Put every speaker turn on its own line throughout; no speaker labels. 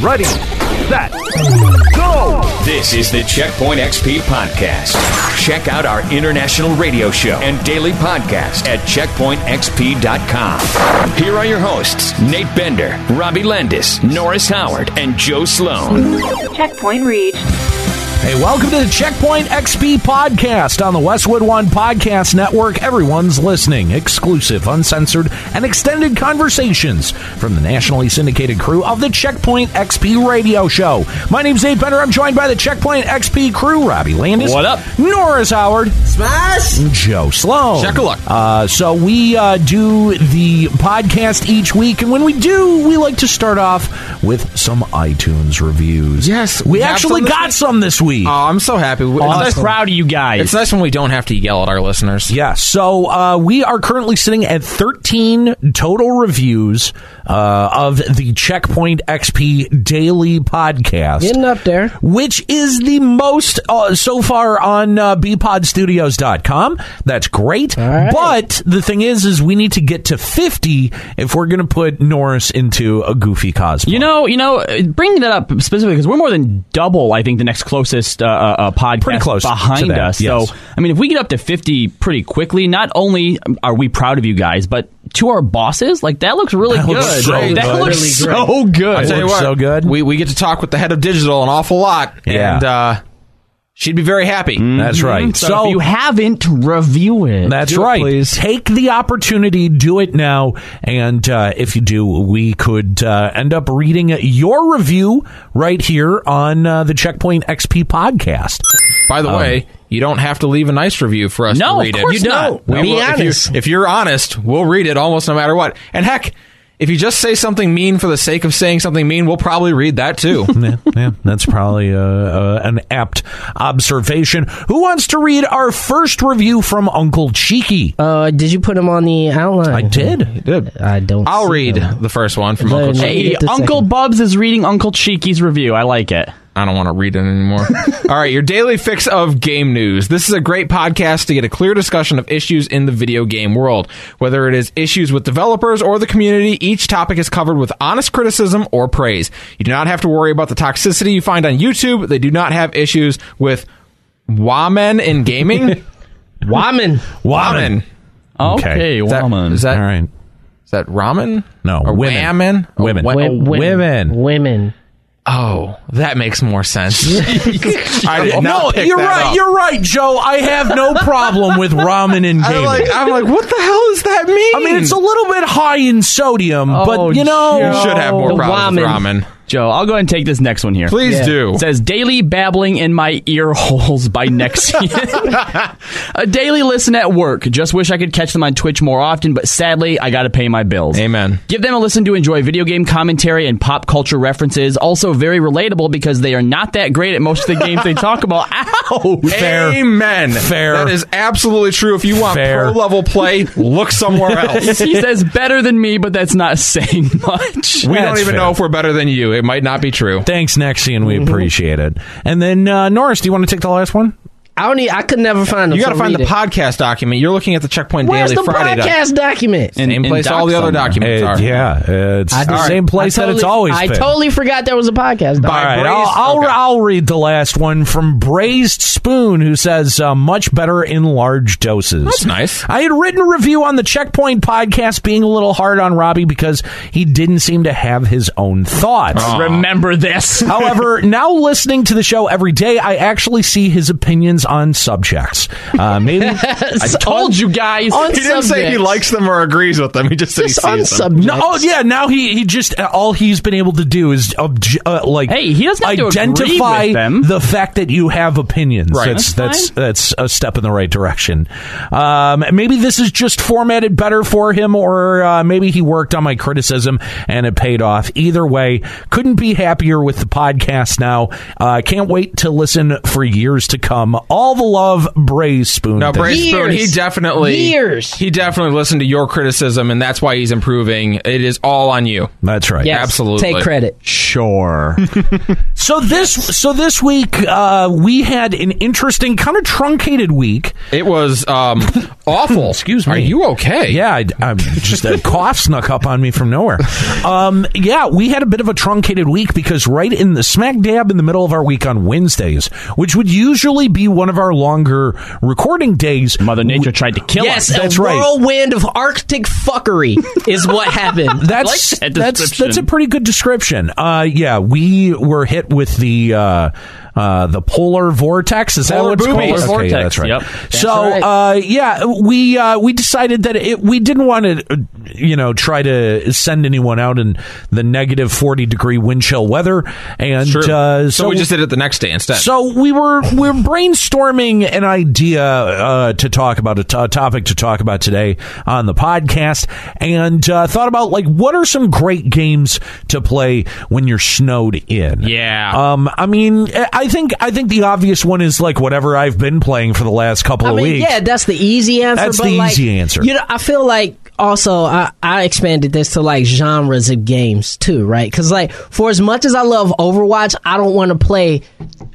Ready, set, go!
This is the Checkpoint XP Podcast. Check out our international radio show and daily podcast at checkpointxp.com. Here are your hosts Nate Bender, Robbie Landis, Norris Howard, and Joe Sloan.
Checkpoint reached.
Hey, welcome to the Checkpoint XP podcast on the Westwood One Podcast Network. Everyone's listening. Exclusive, uncensored, and extended conversations from the nationally syndicated crew of the Checkpoint XP radio show. My name's Nate Bender. I'm joined by the Checkpoint XP crew, Robbie Landis.
What up?
Norris Howard.
Smash!
Joe Sloan.
Shakalaka.
Uh, so we uh, do the podcast each week, and when we do, we like to start off with some iTunes reviews.
Yes,
we,
we have
actually
some this
got
week.
some this week.
Oh, I'm so happy. It's
I'm
nice,
so proud of you guys.
it's nice when we don't have to yell at our listeners.
yeah, so uh, we are currently sitting at 13 total reviews uh, of the Checkpoint XP Daily Podcast.
Getting up there.
which is the most uh, so far on uh, bpodstudios.com. That's great.
right.
But the thing is is we need to get to 50 if we're going to put Norris into a goofy cosplay.
You know, you know, uh, bringing that up specifically because we're more than double, I think, the next closest uh, uh, uh, podcast
Pretty close to
behind
that,
us.
yes.
So, I mean, if we get up to fifty pretty quickly, not only are we proud of you guys, but to our bosses, like that looks really
That
good.
looks so
that
good.
looks
Really
so
I
Oh, good.
tell you
looks
what,
so good.
We we get to talk with the head of digital an awful lot,
Yeah.
and uh, she'd be very happy.
Mm.
That's right.
So, if you haven't, review it.
That's
Do it,
right.
please.
Take the opportunity, do it now, and uh, if you do, we could uh, end up reading your review right here on uh, the Checkpoint XP podcast.
By the way, you don't have to leave a nice review for
Um,
us
No,
to
of
read it.
course You not. don't.
We
Be
will- If
honest.
you're, if you're honest, we'll read it almost no matter what. And heck, if you just say something mean for the sake of saying something mean, we'll probably read that too.
yeah, yeah, that's probably uh, uh, an apt observation. Who wants to read our first review from Uncle Cheeky?
Uh, did you put him on the outline?
I did.
I don't.
I'll
see
read
them.
the first one from
No,
Uncle.
no.
Ch-
Hey,
Get the
Uncle
second.
Bubs is reading Uncle Cheeky's review. I like it.
I don't want to read it anymore. All right, your daily fix of game news. This is a great podcast to get a clear discussion of issues in the video game world. Whether it is issues with developers or the community, each topic is covered with honest criticism or praise. You do not have to worry about the toxicity you find on YouTube. They do not have issues with women in gaming.
Woman.
Women.
Okay.
Okay,
Is that-
woman.
Is that,
All right.
is that ramen?
No,
Or
women.
Women.
Women.
Oh, wa-
Wi- women.
Women.
oh, that makes more sense. I did
No,
not pick
you're
that
right.
up.
You're right, Joe. I have no problem with ramen and
I'm
gaming.
like, I'm like, what the hell does that mean?
I mean, it's a little bit high in sodium,
Oh,
but you know,
You should have more
The
problems with
ramen.
ramen.
Joe, I'll go ahead and take this next one here.
Please
Yeah.
do.
It says daily babbling in my ear holes by Nexian. a daily listen at work. Just wish I could catch them on Twitch more often, but sadly, I got to pay my bills.
Amen.
Give them a listen to enjoy video game commentary and pop culture references. Also, very relatable because they are not that great at most of the games they talk about. Ow!
fair.
Amen.
Fair.
That is absolutely true. If you want
Fair.
pro level play, look somewhere else.
He says better than me, but that's not saying much.
We don't
That's fair.
even know if we're better than you. It might not be true.
Thanks, Nexian.
Mm-hmm.
We appreciate it. And then uh, Norris, do you want to take the last one?
I don't. Need, I could never find them.
You got to
so
find
read
the
it.
podcast document. You're looking at the Checkpoint
Where's
Daily
the
Friday doc-
podcast document?
And- and
Same place
doc
all the other
somewhere.
documents
Uh,
are.
yeah, uh, it's the
just-
same place
I
that it's
totally-
always
I
been.
totally forgot there was a podcast. doc.
Bye.
All right,
Braised-
I'll, I'll,
okay.
I'll read the last one from Braised Spoon, who says, uh, much better in large doses. That's
nice.
I had written a review on the Checkpoint podcast being a little hard on Robbie because he didn't seem to have his own thoughts.
Remember this.
However, now listening to the show every day, I actually see his opinions on subjects. Uh, maybe
I told you guys.
On
He didn't say he
subjects.
likes them or agrees with them. He just said
Just
he
on
sees them.
subjects.
No, oh yeah. Now he he just uh, all he's been able to do is obj- uh, like
Hey, he doesn't have to agree
identify
with them.
the fact that you have opinions.
Right.
That's that's
That's
that's, a step in the right direction. Um, maybe this is just formatted better for him, or uh, maybe he worked on my criticism and it paid off. Either way, couldn't be happier with the podcast now. Uh, can't wait to listen for years to come. All the love, Bray Spoon.
Now, Bray
Years.
Spoon, he definitely
Years.
He definitely listened to your criticism, and that's why he's improving. It is all on you.
That's right.
Yes,
Absolutely.
Take credit.
Sure. so this so this week uh, we had an interesting, kind of truncated week.
It was um, awful.
Excuse me.
Are you okay?
Yeah, I, I'm just a cough snuck up on me from nowhere. Um, yeah, we had a bit of a truncated week because right in the smack dab in the middle of our week on Wednesdays, which would usually be one of our longer recording days,
Mother Nature tried to kill
Yes,
us.
That's
a
right.
whirlwind of Arctic fuckery is what happened.
That's
like that
that's
description.
that's a pretty good description. Uh, yeah, we were hit with the uh, uh, the polar vortex. Is
Polar
that what
boobies.
it's called?
Polar
Okay, yeah,
vortex,
that's right.
yep.
so
That's
Uh, yeah, we uh, we decided that it, we didn't want to uh, you know try to send anyone out in the negative forty degree wind chill weather, and
Sure.
uh,
so, we just did it the next day instead.
so we were we're brainstorming an idea uh, to talk about a to- a topic to talk about today on the podcast, and uh, thought about like what are some great games to play when you're snowed in.
Yeah.
Um. I mean, I think I think the obvious one is like whatever I've been playing for the last couple
I
of
mean,
weeks.
yeah, that's the easy answer.
That's
but
the
like,
easy answer.
You know, I feel like also I, I expanded this to like genres of games too, right? Because like for as much as I love Overwatch, I don't want to play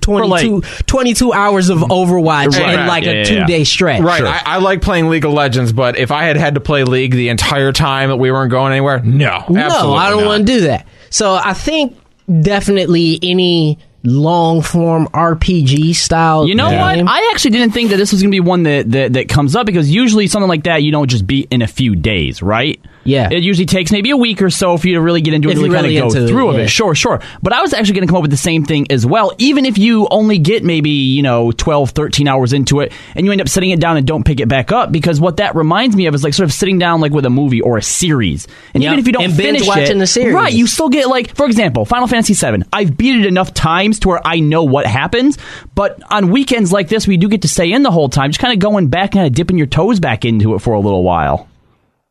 22, 22 hours of Overwatch
Right.
in like
Yeah,
a
yeah,
two day
yeah.
stretch.
Right, I, I like playing League of Legends, but if I had had to play League the entire time that we weren't going anywhere, no,
No, I don't want to do that. So I think definitely any long form RPG style.
You know
game,
what? I actually didn't think that this was going to be one that, that that comes up because usually something like that you don't just beat in a few days, right?
Yeah.
It usually takes maybe a week or so for you to really get into it,
If
really,
you're really
kind of go
into it,
through of
yeah.
it. Sure, sure. But I was actually going to come up with the same thing as well, even if you only get maybe, you know, 12, 13 hours into it and you end up setting it down and don't pick it back up because what that reminds me of is like sort of sitting down like with a movie or a series. And
Yep.
even if you don't
And binge
finish
watching
it,
the series.
right, you still get like, for example, Final Fantasy VII. I've beat it enough times to where I know what happens. But on weekends like this, we do get to stay in the whole time, just kind of going back, kind of dipping your toes back into it for a little while.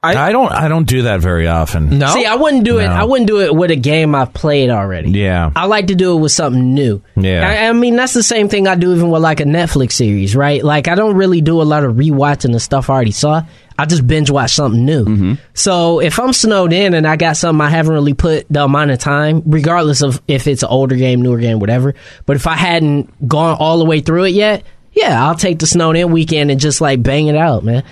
I don't. I don't do that very often.
No,
See, I wouldn't do it. I wouldn't do it with a game I've played already.
Yeah.
I like to do it with something new.
Yeah.
I, I mean that's the same thing I do even with like a Netflix series, right? Like I don't really do a lot of rewatching the stuff I already saw. I just binge watch something new. So if I'm snowed in and I got something I haven't really put the amount of time, regardless of if it's an older game, newer game, whatever. But if I hadn't gone all the way through it yet, yeah, I'll take the snowed in weekend and just like bang it out, man.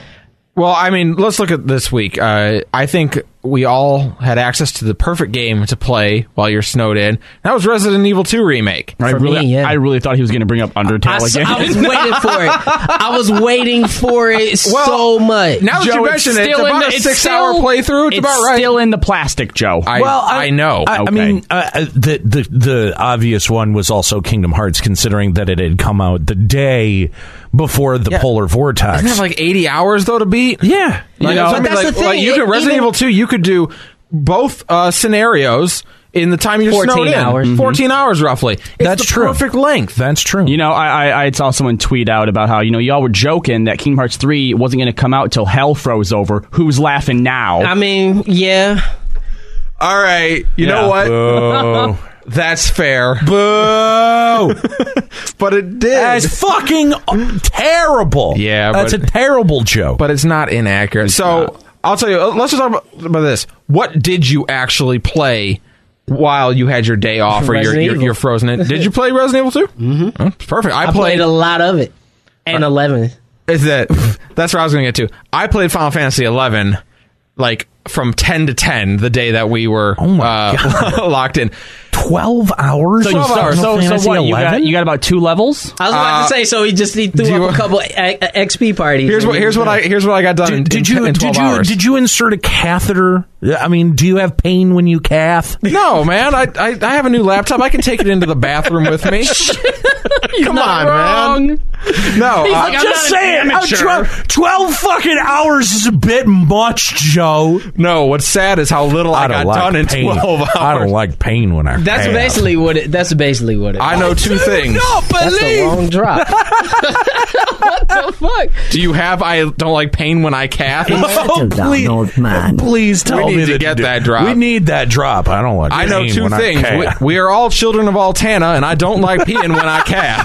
Well, I mean, let's look at this week. Uh, I think we all had access to the perfect game to play while you're snowed in. That was Resident Evil 2 remake.
I
For
really,
me, yeah.
I really thought he was going to bring up
I,
Undertale
s-
again.
I was waiting for it. I was waiting for it
Well,
so much.
Now that
Joe,
you
it's
mention it, it's
still in
about
the-
a
it's
six-hour
still-
playthrough. It's, about right.
still in the plastic, Joe.
I, I, know.
I, I
Okay.
mean, uh, uh, the, the the obvious one was also Kingdom Hearts, considering that it had come out the day before the polar vortex.
Isn't it like 80 hours, though, to beat?
yeah,
Like,
know,
something
but that's
like,
the thing,
like you could
it-
Resident
even-
Evil 2, you could do both uh, scenarios in the time you're
14
snowed in.
hours.
14 hours, Mm-hmm. roughly. It's
That's
the
true.
perfect length.
that's true.
You know, I, I I saw someone tweet out about how you know y'all were joking that Kingdom Hearts three wasn't going to come out till hell froze over. Who's laughing now?
I mean, yeah.
All right. You
Yeah.
know what?
Oh,
That's fair. but it did.
that's fucking terrible.
Yeah,
that's
but-
a terrible joke.
but it's not inaccurate. so I'll tell you. uh, Let's just talk about, about this. What did you actually play while you had your day off or your,
Resident
your,
Evil.
your frozen? In? Did you play Resident Evil 2? Mm-hmm. perfect. I,
I
played.
played a lot of it. And
Uh,
eleven.
is that that's where I was going to get to. I played Final Fantasy 11, like from 10 to 10 the day that we were
Oh
uh, locked in.
Twelve hours.
so, you
of
start,
Final
so, so
Fantasy
what? You got,
11?
you got about two levels.
I was about to say, so he just he threw
uh, do
up
you-
a couple e, a- a- XP parties.
Here's
and
what
then-
here's what I here's what I got done. in-
Did, did
in,
you
in 12
did you
hours.
did you insert a catheter? I mean, do you have pain when you cath?
No, man. I, I I have a new laptop. I can take it into the bathroom with me. Come on, man. No, uh,
I'm just saying, I'm tw- twelve fucking hours is a bit much, Joe.
no. What's sad is how little I, got done in
pain.
twelve hours.
I don't like pain when I.
That's
cath.
basically what it. That's basically what it.
I know two things.
that's a long drop. what the fuck?
Do you have? I don't like pain when I cath.
Oh, please, please tell
need
me
to
that
get
you do.
that drop.
We need that drop. I don't like.
I know
pain
two
when I
things.
cath.
We, we are all children of Altana, and I don't like peeing when I calf.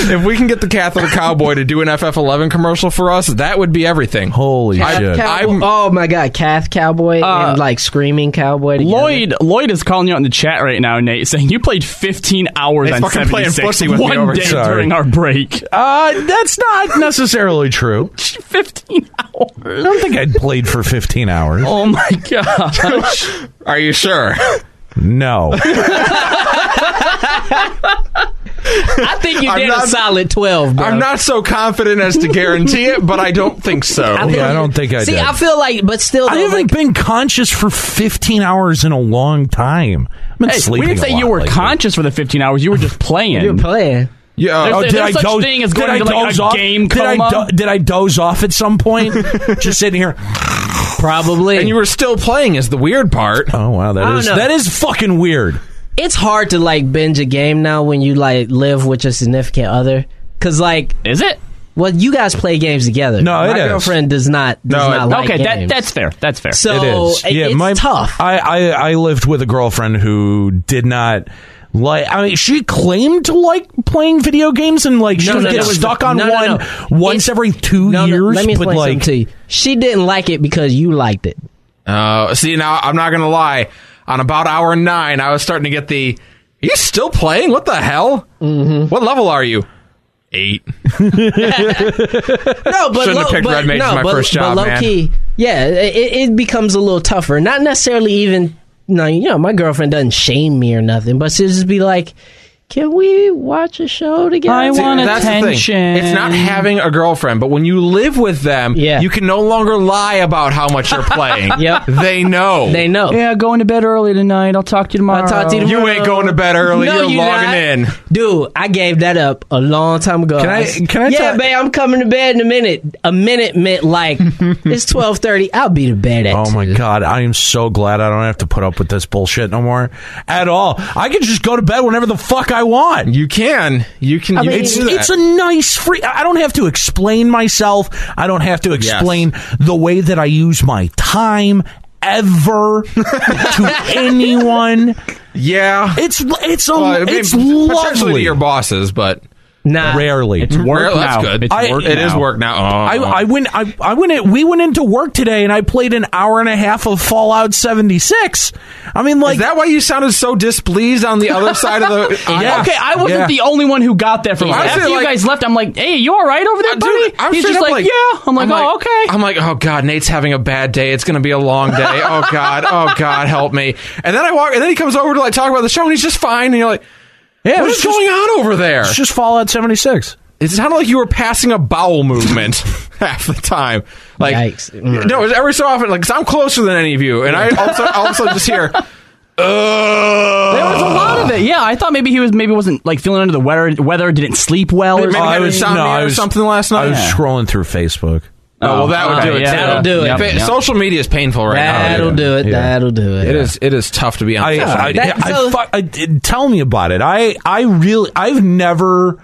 If we can get the Catholic Cowboy to do an FF11 commercial for us, that would be everything.
Holy
I-
shit.
I-
Cowboy-
I'm-
oh my god, Cath Cowboy and like Screaming Cowboy. together.
Uh, Lloyd Lloyd is calling you out in the chat right now, Nate, saying you played 15 hours
They
on
fucking playing
76
pussy with me
one
over
day
here. Sorry.
during our break.
Uh, that's not necessarily true.
15 hours.
I don't think I'd played for 15 hours.
Oh my gosh.
Are you sure?
No.
I think you
I'm
did a
not-
solid 12, bro.
I'm not so confident as to guarantee it, but I don't think so.
Yeah, I don't think I
See,
did.
I feel like, but still,
I
though,
haven't
like,
been conscious for 15 hours in a long time. I've been
Hey, we
sleeping.
didn't
a
say
lot
you were
lately.
conscious for the 15 hours. You were just playing.
you're playing.
Yeah,
There's
oh,
Oh,
a-
did I
such
doze,
thing as
did
going
I
to, like,
doze
a
off?
game
did I,
coma.
do- did I doze off at some point? Just sitting here.
Probably.
and you were still playing is the weird part.
Oh wow,
I
that
don't
is
know.
that is fucking weird.
it's hard to like binge a game now when you like live with your significant other. Cause like,
Is it?
well, you guys play games together.
No,
my
it is.
girlfriend does not. Does
No,
not
it-
like
okay, that,
games.
that's fair. That's fair.
so it- it's tough.
I, I I lived with a girlfriend who did not like. I mean, she claimed to like playing video games and like she
No,
would
no,
get
no.
stuck on
No, no,
one
no.
once
It-
every two
no,
years.
no, let me
but
explain
like,
something to you. She didn't like it because you liked it.
Uh, see, now I'm not gonna lie. On about hour nine, I was starting to get the. Are you still playing? What the hell? Mm-hmm. What level are you? Eight.
No, but
Shouldn't have
low,
picked
but,
Red Mage
no,
as my
but,
first
but
job,
low
man.
key, yeah, it, it becomes a little tougher. Not necessarily even. No, you know, my girlfriend doesn't shame me or nothing, but she'll just be like, "Can we watch a show together?"
I
See,
want
that's the thing.
attention.
It's not having a girlfriend, but when you live with them,
Yeah.
you can no longer lie about how much you're playing.
Yep.
They know.
They know.
Yeah, going to bed early tonight. I'll talk to you tomorrow.
I'll talk to you
You ain't going to bed early.
No,
you're
you
logging
not.
in.
Dude, I gave that up a long time ago.
Can I- can I
Yeah,
talk-
babe, I'm coming to bed in a minute. A minute meant like it's twelve thirty. I'll be to bed at.
Oh my god, I am so glad I don't have to put up with this bullshit no more at all. I can just go to bed whenever the fuck I want.
You can. You can. you
It's
can do that.
it's a nice free. I don't have to explain myself. I don't have to explain the way that I use my time ever to anyone.
yeah.
It's it's a
Well, I mean,
it's
Potentially to
lovely.
your bosses, but
Nah,
Rarely.
It's work
Well, that's
now.
good.
It's
I-
work
it
now.
is work now. Oh.
I, I went I, I went in, we went into work today and I played an hour and a half of Fallout 76. I mean like
Is that why you sounded so displeased on the other side of the? Uh,
Yeah.
Okay, I wasn't
Yeah.
the only one who got that from
Yeah.
us.
Honestly,
After you
like-
guys left, I'm like, "Hey, you all right over there,
Dude,
budty?"
I'm
He's
straight
just
up
like, "Yeah." I'm like, "Oh, okay."
I'm like, oh god, Nate's having a bad day. It's gonna be a long day. Oh god, oh god, help me. And then I walk, and then he comes over to like talk about the show, and he's just fine. And you're like,
yeah, it
what
was
is
just-
going on over there?
It's just Fallout 76.
It sounded like you were passing a bowel movement half the time. Like,
Yikes.
no, it's every so often, like, 'cause I'm closer than any of you, and I also also just hear.
There was a lot of it. Yeah, I thought maybe he was maybe wasn't like feeling under the weather, weather didn't sleep well. Or
Maybe
something.
had insomnia or something last night?
I was
Yeah.
scrolling through Facebook.
Oh, well, that would
Oh,
do it.
yeah.
too.
That'll do
Fa-
it.
Yep, yep.
Social media is painful right
that'll
now.
do it.
Yeah.
That'll do it.
It is. It is tough to be on.
I,
social
I,
media.
that-
I-
so-
fu- I- d- tell me about it. I I really I've never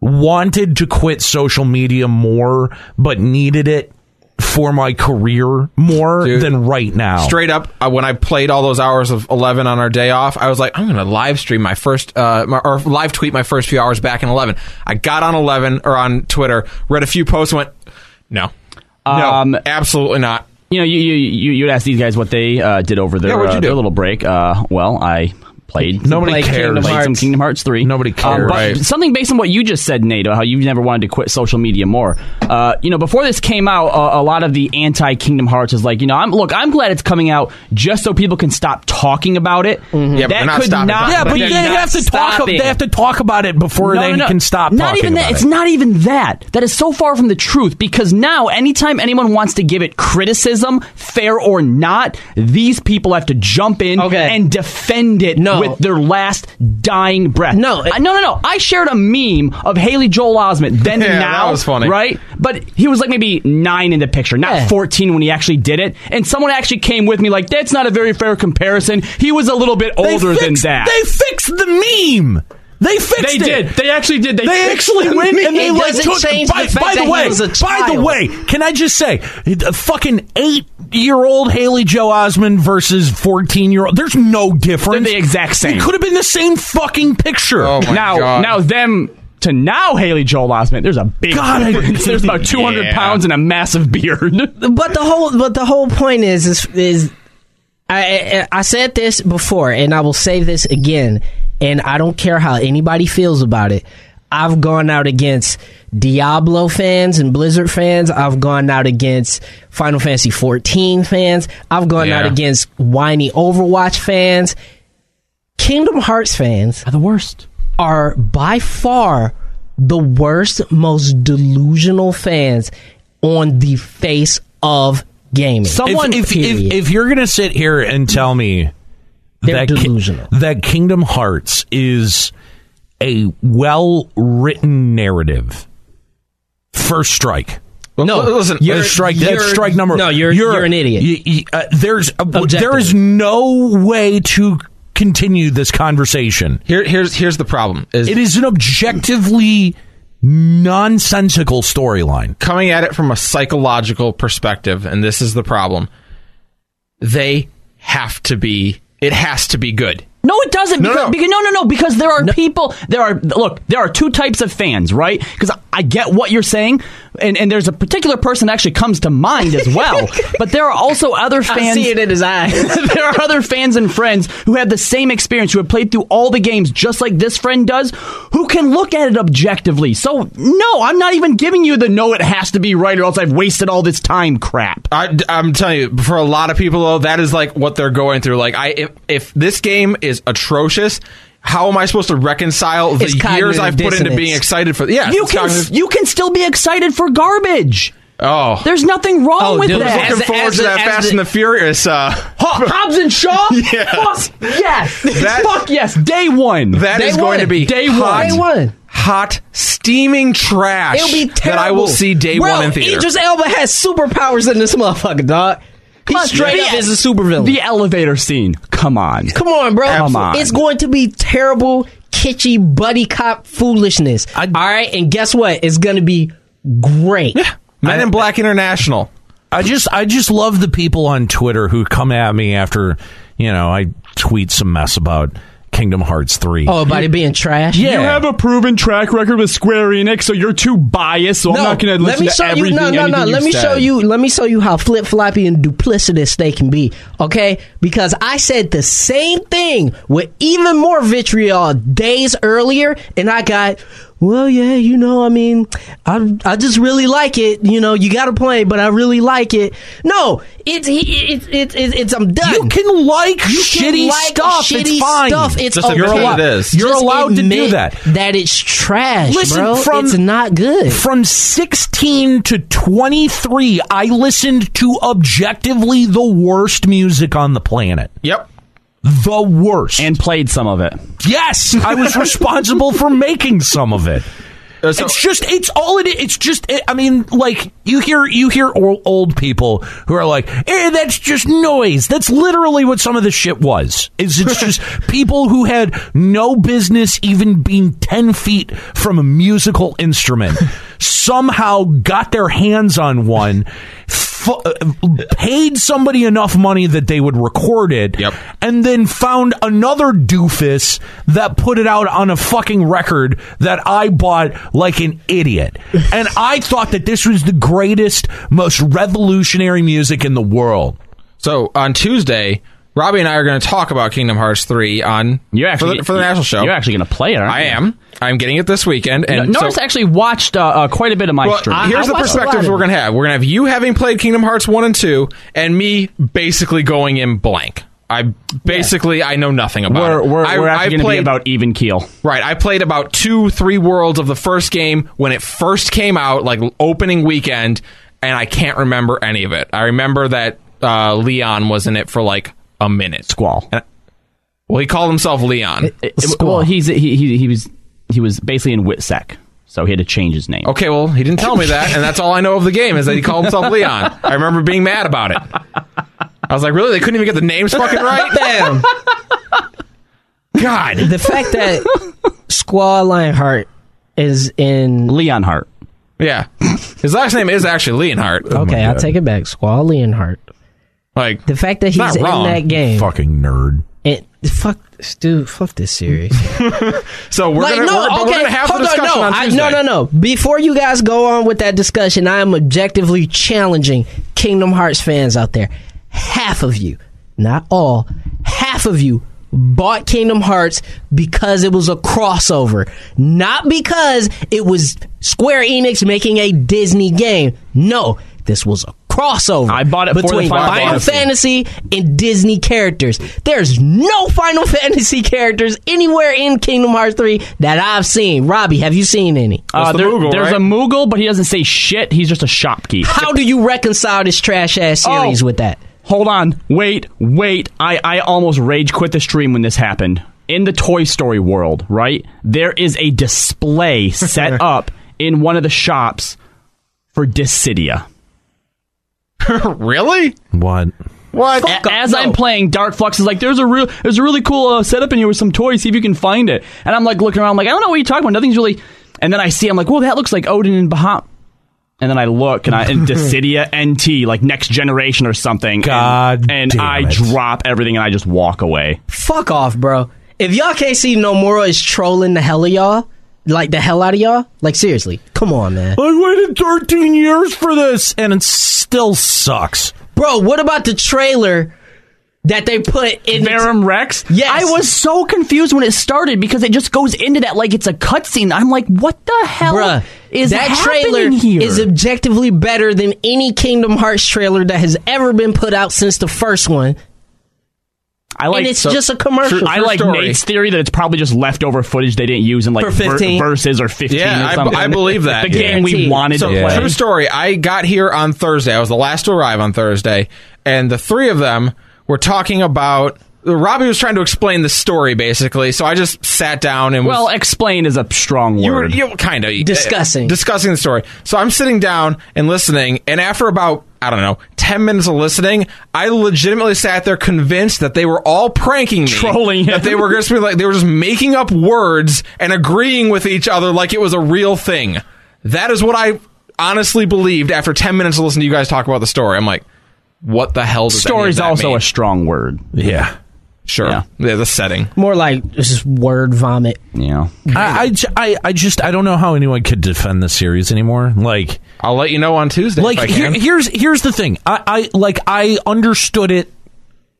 wanted to quit social media more, but needed it for my career more
Dude.
than right now.
straight up uh, when I played all those hours of 11 on our day off, I was like, I'm going to live stream my first uh, my, or live tweet my first few hours back in 11. I got on 11 or on Twitter, read a few posts, and went, no,
Um,
no, absolutely not.
You know, you you you you'd ask these guys what they uh, did over their,
Yeah, what'd you
uh,
do?
their little break. Uh, well, I played. some
Nobody
Like
cares.
Kingdom
played some
Hearts.
Kingdom Hearts three.
Nobody cares.
Um, but
Right.
Something based on what you just said, Nato, how you never wanted to quit social media more. Uh, you know, before this came out, uh, a lot of the anti Kingdom Hearts is like, you know, I'm look, I'm glad it's coming out just so people can stop talking about it.
Mm-hmm. Yeah,
that
but they're not
could
stopping
not.
talking
yeah, but
But
they
they're
have to talk.
stopping.
They have to talk about it before they can stop.
Not
talking
even that.
about
It's
it.
not even that. That is so far from the truth because now, anytime anyone wants to give it criticism, fair or not, these people have to jump in
Okay.
and defend it
No.
with their last dying breath.
No, it-
I- no, no, no. I shared a meme of Haley Joel Osment then
Yeah,
and
that
now.
was funny.
right? But he was like maybe nine in the picture, not
Yeah.
fourteen when he actually did it. And someone actually came with me like, "That's not a very fair comparison. He was a little bit
They
older than
fixed-
that."
They fixed the meme. They fixed it.
They did. They actually did. They,
They
fixed
actually
them.
went and they
It
like
doesn't
took.
change the
by,
fact
by
that
the
he
way,
was a
by the
child.
way, can I just say, a fucking eight-year-old Haley Joe Osmond versus fourteen-year-old. There's no difference.
They're the exact same.
It could have been the same fucking picture.
Oh my
now,
God.
now them to now Haley Joel Osment. There's a big
God, I-
difference. There's about 200
Yeah.
pounds and a massive beard.
but the whole but the whole point is is is I, I I said this before and I will say this again and I don't care how anybody feels about it. I've gone out against Diablo fans and Blizzard fans. I've gone out against Final Fantasy 14 fans. I've gone
Yeah.
out against whiny Overwatch fans. Kingdom Hearts fans
Are the worst.
are by far the worst, most delusional fans on the face of gaming.
Someone
if, if, if,
period.
if you're gonna sit here and tell me
They're
that Ki-
delusional.
that Kingdom Hearts is a well written narrative, first strike.
no, listen.
That's uh, strike. That's strike number.
no, you're- you're an idiot.
y- y- uh, there's uh, there is
Objectively.
no way to continue this conversation.
Here, here's here's the problem. Is
It is an objectively nonsensical storyline.
coming at it from a psychological perspective, and this is the problem. They have to be. It has to be good.
No, it doesn't.
No,
because,
no.
Because, no, no, no. Because there are people. There are look. There are two types of fans, right? Because I get what you're saying, and, and there's a particular person that actually comes to mind as well. but there are also other fans.
I see it in his eyes.
there are other fans and friends who have the same experience, who have played through all the games just like this friend does, who can look at it objectively. So, no, I'm not even giving you the no, it has to be right or else I've wasted all this time crap.
I, am telling you, for a lot of people though, that is like what they're going through. Like, I if, if this game is atrocious, how am I supposed to reconcile the
It's
years
cognitive
I've put into
dissonance.
being excited for? Yeah,
You
it's
can,
cognitive-
you can still be excited for garbage.
oh,
There's nothing wrong
Oh,
with
dude,
that.
looking
as-
forward
as
to
a-
that
as
Fast
a-
and the Furious. Uh,
Ho- Hobbs and Shaw?
Yes.
Fuck yes.
That-
Fuck yes. Day one.
that
Day
is going
one.
to be
Day
hot,
one. Day one.
hot, steaming trash.
It'll be terrible.
That I will see day
Bro,
one in theater.
Idris Elba has superpowers in this motherfucker, dog. He
Come on,
straight
the-
up is a supervillain.
The elevator scene. Come on.
Come on, bro.
Come on.
It's going to be terrible, kitschy, buddy cop foolishness.
I-
All right, and guess what? It's going to be great.
Men in Black International.
I just I just love the people on Twitter who come at me after you know I tweet some mess about Kingdom Hearts three.
Oh, about it being trash?
yeah,
You have a proven track record with Square Enix, so you're too biased. So I'm not going to listen to everything.
You, no, no, no.
anything
Let me
said.
show you. Let me show you how flip floppy and duplicitous they can be. Okay, because I said the same thing with even more vitriol days earlier, and I got. Well, yeah, you know, I mean, I, I just really like it. You know, you got to play, but I really like it. No, it's it's it's it's, it's I'm done.
you can like
You can
shitty
like
stuff.
Shitty
it's fine.
stuff. It's
Just
okay.
admit that it is.
You're
Just
allowed to do
admit
that.
That it's trash,
Listen,
bro.
from-
it's not good.
From 16 to 23, I listened to objectively the worst music on the planet.
Yep.
The worst.
And played some of it.
yes, I was responsible for making some of it.
Uh, so-
it's just it's all it it's just it, I mean like you hear you hear o- old people who are like eh, that's just noise that's literally what some of the shit was is it's just people who had no business even being 10 feet from a musical instrument somehow got their hands on one fu- uh, paid somebody enough money that they would record it
Yep.
and then found another doofus that put it out on a fucking record that I bought like an idiot. And I thought that this was the greatest, most revolutionary music in the world.
So on Tuesday, Robbie and I are going to talk about Kingdom Hearts three on
You
for
actually
the, for the national show.
You're actually going to play it. Aren't
I
you?
am. I'm getting it this weekend.
No,
And so-
Norris actually watched uh, uh, quite a bit of my
Well,
stream.
here's the
watched a lot
perspectives
of
we're
it.
going to have. We're going to have you having played Kingdom Hearts one and two, and me basically going in blank. I basically I know nothing about
We're,
it.
we're,
I,
we're
I
actually going to be
played-
about even keel.
Right. I played about two, three worlds of the first game when it first came out, like opening weekend, and I can't remember any of it. I remember that uh, Leon was in it for like a minute.
Squall.
Well, he called himself Leon.
It-
Squall.
Well, he's he, he he was he was basically in Whitsec, so he had to change his name.
Okay, well, he didn't tell me that, and that's all I know of the game is that he called himself Leon. I remember being mad about it. I was like, really? They couldn't even get the names fucking right? Damn. God.
the fact that Squ- Pasquale Lionheart is in.
Leon Hart.
Yeah. His last name is actually Leonhardt.
Okay, I'll take it back. Squall Leonhardt.
Like,
The fact that
It's not
he's in
wrong.
that game.
Fucking nerd.
It, fuck, dude, fuck this series.
so we're
like
gonna
no,
we're, but
okay,
we're gonna have
hold
the
on,
discussion
no,
on
I-
Tuesday.
no, no, no. Before you guys go on with that discussion, I am objectively challenging Kingdom Hearts fans out there. Half of you, not all, half of you bought Kingdom Hearts because it was a crossover, not because it was Square Enix making a Disney game. No, this was a crossover.
I bought it for the
between
Final Fantasy.
Fantasy and Disney characters. There's no Final Fantasy characters anywhere in Kingdom Hearts 3 that I've seen. Robbie, have you seen any?
Uh,
the
there-
Moogle,
there's
right?
a Moogle, but he doesn't say shit. He's just a shopkeep.
How do you reconcile this trash ass series
Oh.
with that?
Hold on. Wait, wait. I, I almost rage quit the stream when this happened. In the Toy Story world, right? There is a display set up in one of the shops for Dissidia.
Really?
What?
What?
Eh,
A- As I'm playing, Dark Flux is like, "There's a real, there's a really cool uh, setup in here with some toys. See if you can find it." And I'm like looking around, like, "I don't know what you're talking about. Nothing's really." And then I see, I'm like, "Well, that looks like Odin and Bahamut." And then I look, and I and Dissidia NT, like Next Generation or something. and-
God
and,
damn
I
it.
drop everything and I just walk away.
Fuck off, bro. If y'all can't see Nomura is trolling the hell of y'all, like the hell out of y'all, like seriously, come on, man.
I waited 13 years for this, and it still sucks.
Bro, what about the trailer that they put in?
Verum Rex.
Yes.
I was so confused when it started because it just goes into that like it's a cutscene. I'm like, "What the hell
Bruh,
is
that
happening
trailer
here?"
is objectively better than any Kingdom Hearts trailer that has ever been put out since the first one.
I like
and it's
so-
just a commercial.
I like
story.
Nate's theory that it's probably just leftover footage they didn't use in like
For 15?
verses or fifteen.
Yeah, I-
or something.
I believe that.
the game we
Guaranteed.
wanted
So,
to play.
true story. I got here on Thursday. I was the last to arrive on Thursday, and the three of them were talking about. Robbie was trying to explain the story, basically. So I just sat down and was
Well, explain is a strong
you were
word.
you kind of
Discussing.
discussing the story. So I'm sitting down and listening, and after about I don't know ten minutes of listening, I legitimately sat there convinced that they were all pranking me,
Trolling him.
that they were just be like they were just making up words and agreeing with each other like it was a real thing. That is what I honestly believed after ten minutes of listening to you guys talk about the story. I'm like, what the hell? Does
Story's
any of that
also
mean?
a strong word.
Yeah.
sure.
yeah.
Yeah. the setting.
More like just word vomit.
Yeah.
I, I j- I- I just, I don't know how anyone could defend the series anymore. Like,
I'll let you know on Tuesday. if I
like here,
can.
here's here's the thing I, I like i understood it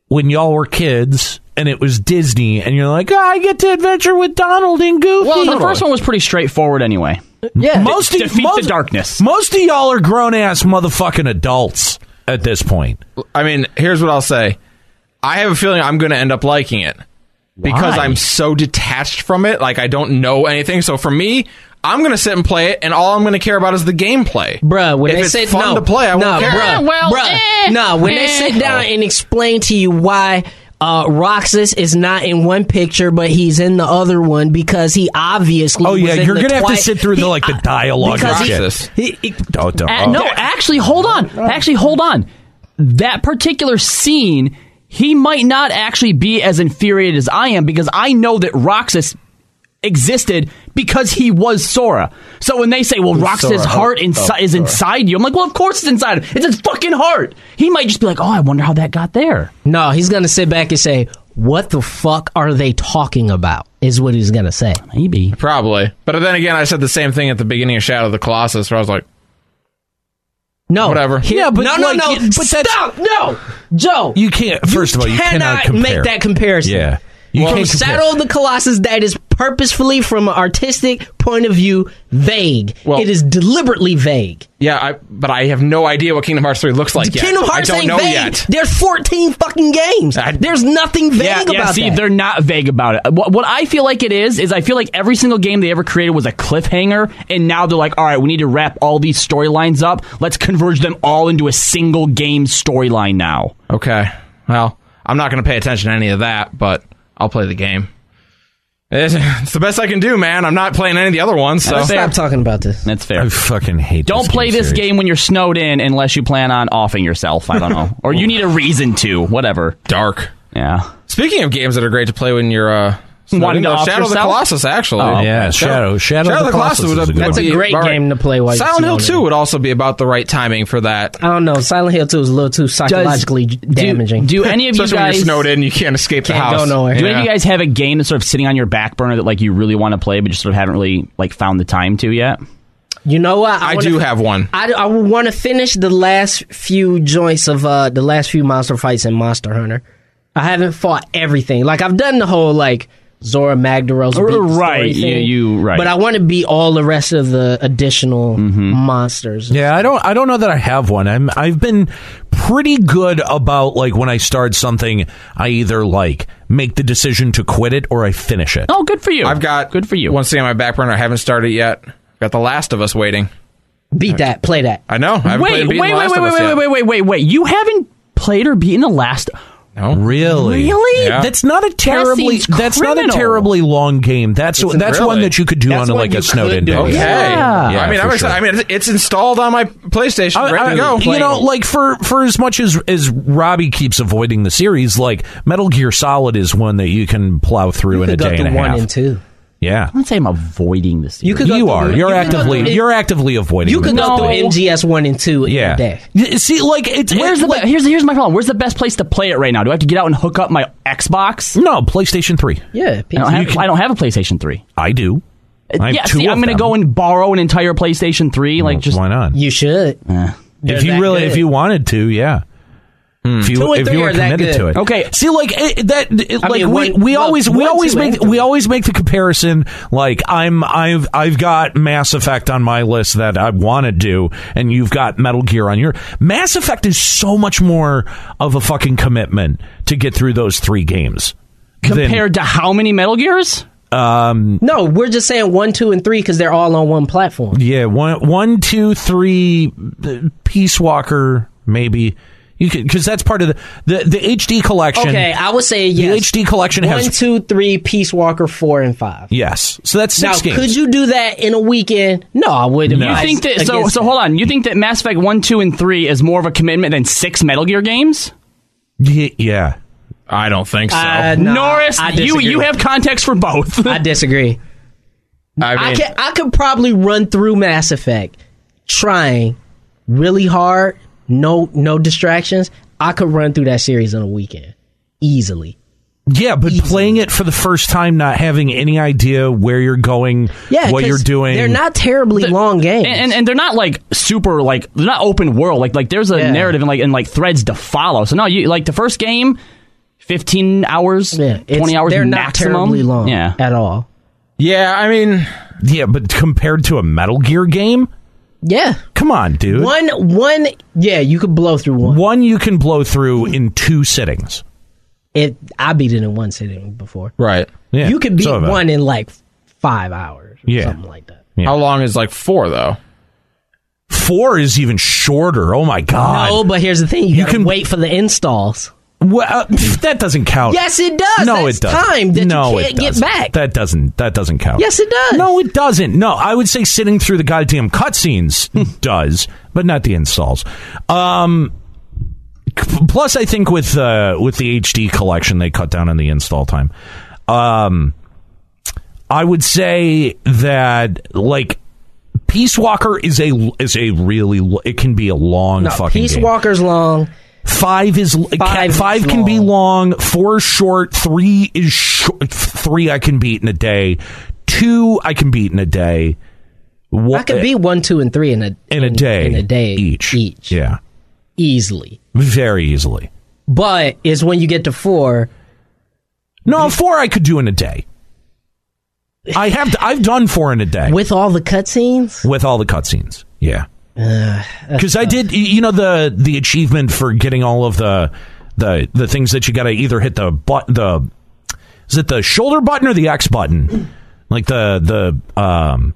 when y'all were kids and it was disney and you're like oh, i get to adventure with donald and goofy
Well, the first one was pretty straightforward anyway.
Yeah.
most of,
defeat the
most,
darkness.
most of y'all are grown-ass motherfucking adults at this point
I mean, here's what I'll say. I have a feeling I'm going to end up liking it because
Why?
I'm so detached from it. Like I don't know anything. So for me, I'm going to sit and play it, and all I'm going to care about is the gameplay.
Bruh, when
if
they
it's
sit
fun
no,
to play, I
no,
won't care.
bruh, bruh, no, when they sit down and explain to you why uh, Roxas is not in one picture, but he's in the other one because he obviously.
oh
was
yeah
in
you're
the
gonna have to
twi-
sit through
he-
the like the
uh,
dialogue and
because he-
shit.
he- he-
Oh, don't-
A-
oh.
No, actually, hold on. Actually, hold on. That particular scene, he might not actually be as infuriated as I am because I know that Roxas existed because he was Sora. So when they say, "Well, Roxas'
Sora.
heart
Oh,
insi-
oh,
is
Sora.
inside you," I'm like, "Well, of course it's inside him. It's his fucking heart." He might just be like, "Oh, I wonder how that got there."
No, he's gonna sit back and say, "What the fuck are they talking about?" Is what he's gonna say.
Maybe.
Probably. But then again, I said the same thing at the beginning of Shadow of the Colossus, where I was like,
No,
Whatever.
He-
Yeah, but
no, no,
like,
no.
it- but that's-
stop. No, Joe.
you can't first of all you cannot, compare
make that comparison.
yeah you
from
can't compare.
Shadow of the Colossus, that is purposefully, from an artistic point of view, vague.
Well-
it is deliberately vague.
"Yeah, I, but I have no idea what Kingdom Hearts three looks like yet.
Kingdom Hearts
I don't
ain't
know
vague.
yet.
There's 14 fucking games.
I-
There's nothing vague about
yeah, see,
that.
they're not vague about it. What, what I feel like it is is I feel like every single game they ever created was a cliffhanger, and now they're like, all right, we need to wrap all these storylines up. Let's converge them all into a single game storyline now.
Okay. Well, I'm not going to pay attention to any of that, but I'll play the game. It's, it's the best I can do, man. I'm not playing any of the other ones. So
That's fair.
Stop talking about this.
That's fair.
i fucking hate
don't
this
play
game
this
series.
game when you're snowed in unless you plan on offing yourself. I don't know. or you need a reason to, whatever.
dark.
Yeah.
Speaking of games that are great to play when you're uh,
wanting to
No,
off
Shadow of the
yourself?
Colossus, actually.
Oh,
yeah, Shadow- Shadow of the Colossus
would
is a
have-
good
that'd
one.
be
That's a great
about
game to play while you're
Silent Hill
snowing
2
in.
would also be about the right timing for that.
I don't know. Silent Hill 2 is a little too psychologically damaging.
Do, do any of you
Especially when
guys
you're snowed in, you can't escape the
Can't
house.
go nowhere.
Do
Yeah.
any of you guys have a game that's sort of sitting on your back burner that like you really want to play but just sort of haven't really like found the time to yet?
You know what?
I
wanna-
do have one.
I, I want to finish the last few joints of uh the last few monster fights in Monster Hunter. I haven't fought everything. Like I've done the whole like Zora Magdaros beat the story
right,
thing,
you- you- right.
But I want to beat all the rest of the additional monsters.
Mm-hmm. Yeah, I don't. I don't know that I have one. I'm. I've been pretty good about like when I start something, I either like make the decision to quit it or I finish it.
Oh, good for you.
I've got
good for you.
One thing on my back burner. I haven't started yet. Got The Last of Us waiting.
Beat that, play that.
I know. I haven't played
wait,
and
wait,
beaten
wait,
The
wait,
Last
wait,
of Us
wait,
yet.
wait, wait, wait, You haven't played or beaten the last.
Really?
Really?
Yeah.
That's not a terribly.
seems
that's not a
criminal.
terribly long game. That's that's
really?
one that you could do
That's
on a,
one
like
you
a Snowden
could do.
day.
Okay.
Yeah.
Yeah,
I mean,
for
I'm
sure.
excited. I mean, it's, it's installed on my PlayStation,
I- I-
ready to go.
You know,
Playing.
like for for as much as as Robbie keeps avoiding the series, like Metal Gear Solid is one that you can plow through in a
could go
day and a
through one
half.
and two.
Yeah,
I'm not saying I'm avoiding this.
You could go
you
through-
are.
you
You're
could go
actively.
through-
You're actively avoiding.
You could
them.
No.
go through MGS one and two in a
Yeah.
day.
Y- See, like it's
Where's
it,
the
like-
be- here's here's my problem. Where's the best place to play it right now? Do I have to get out and hook up my Xbox?
no PlayStation Three.
Yeah,
I don't have,
can-
I don't have a PlayStation Three.
I do. I have
yeah,
two
see,
of
I'm gonna
them.
go and borrow an entire PlayStation Three. Like just
why not?
you should. They're
if you
that
really,
good.
if you wanted to, yeah. If you,
Two and
if
three
you were
are that
committed
good.
to it,
Okay.
Hmm. See, like it, that, it-
I
like
mean,
we,
one-
we
well,
always we
one,
always
two, and
make
three.
we always make the comparison. Like I'm I've I've got Mass Effect on my list that I want to do, and you've got Metal Gear on your Mass Effect is so much more of a fucking commitment to get through those three games than-
compared to how many Metal Gears?
No, we're just saying one, two, and three because they're all on one platform.
Yeah, one, one, two, three. uh, Peace Walker, maybe you could because that's part of the the, the HD collection.
Okay, I would say yes.
HD collection
one,
has-
two, three, Peace Walker four and five.
Yes, so that's
Now,
six games.
could you do that in a weekend? No, I wouldn't.
No.
You
I
think that so so hold on. You think that Mass Effect one, two, and three is more of a commitment than six Metal Gear games?
Ye- yeah.
I don't think so.
Uh, nah,
Norris,
I
you
disagree.
you have context for both.
I disagree.
I mean,
I can I could probably run through Mass Effect, trying really hard, no no distractions. I could run through that series in a weekend easily.
Yeah, but playing it for the first time, not having any idea where you're going,
Yeah,
what you're
'cause
doing.
They're not terribly long games.
and, and and they're not like super like they're not open world like like there's a
Yeah.
narrative and like and like threads to follow. So no, you like the first game, fifteen hours,
yeah, it's-
twenty hours
They're
maximum.
not terribly long
Yeah,
at all.
yeah, I mean,
Yeah, but compared to a Metal Gear game,
Yeah,
come on, dude.
one one. Yeah, you could blow through one.
One you can blow through in two sittings.
It I beat it in one sitting before.
right.
Yeah,
you could beat
so have I.
one in like five hours or
Yeah.
something like that.
Yeah.
How long is like four though?
Four is even shorter. Oh my god!
No, but here's the thing: you,
can-
can wait for the installs.
Well, uh, pff, that doesn't count.
Yes, it does.
No,
That's
it doesn't.
time that you
no,
can't
it
get
doesn't.
back.
That doesn't. That doesn't count.
Yes, it does.
No, it doesn't. No, I would say sitting through the goddamn cutscenes does, but not the installs. Um, c- plus, I think with uh, with the HD collection, they cut down on the install time. Um, I would say that like. Peace Walker is a is a really l- it can be a long
No,
fucking
Peace
game.
Walker's long.
Five is five,
Five is
five can be long. Four is short. Three is short. Three I can beat in a day. Two I can beat in a day. One,
I could beat one, two, and three in a
in a day.
in a day
each.
each
Yeah,
easily.
very easily.
But it's when you get to four.
No, four I could do in a day. I have I've done four in a day with,
With all the cutscenes,
all the cutscenes. Yeah,
Uh,
because I did. y- You know the the achievement for getting all of the the the things that you got to either hit the but the is it the shoulder button or the X button? Like the the um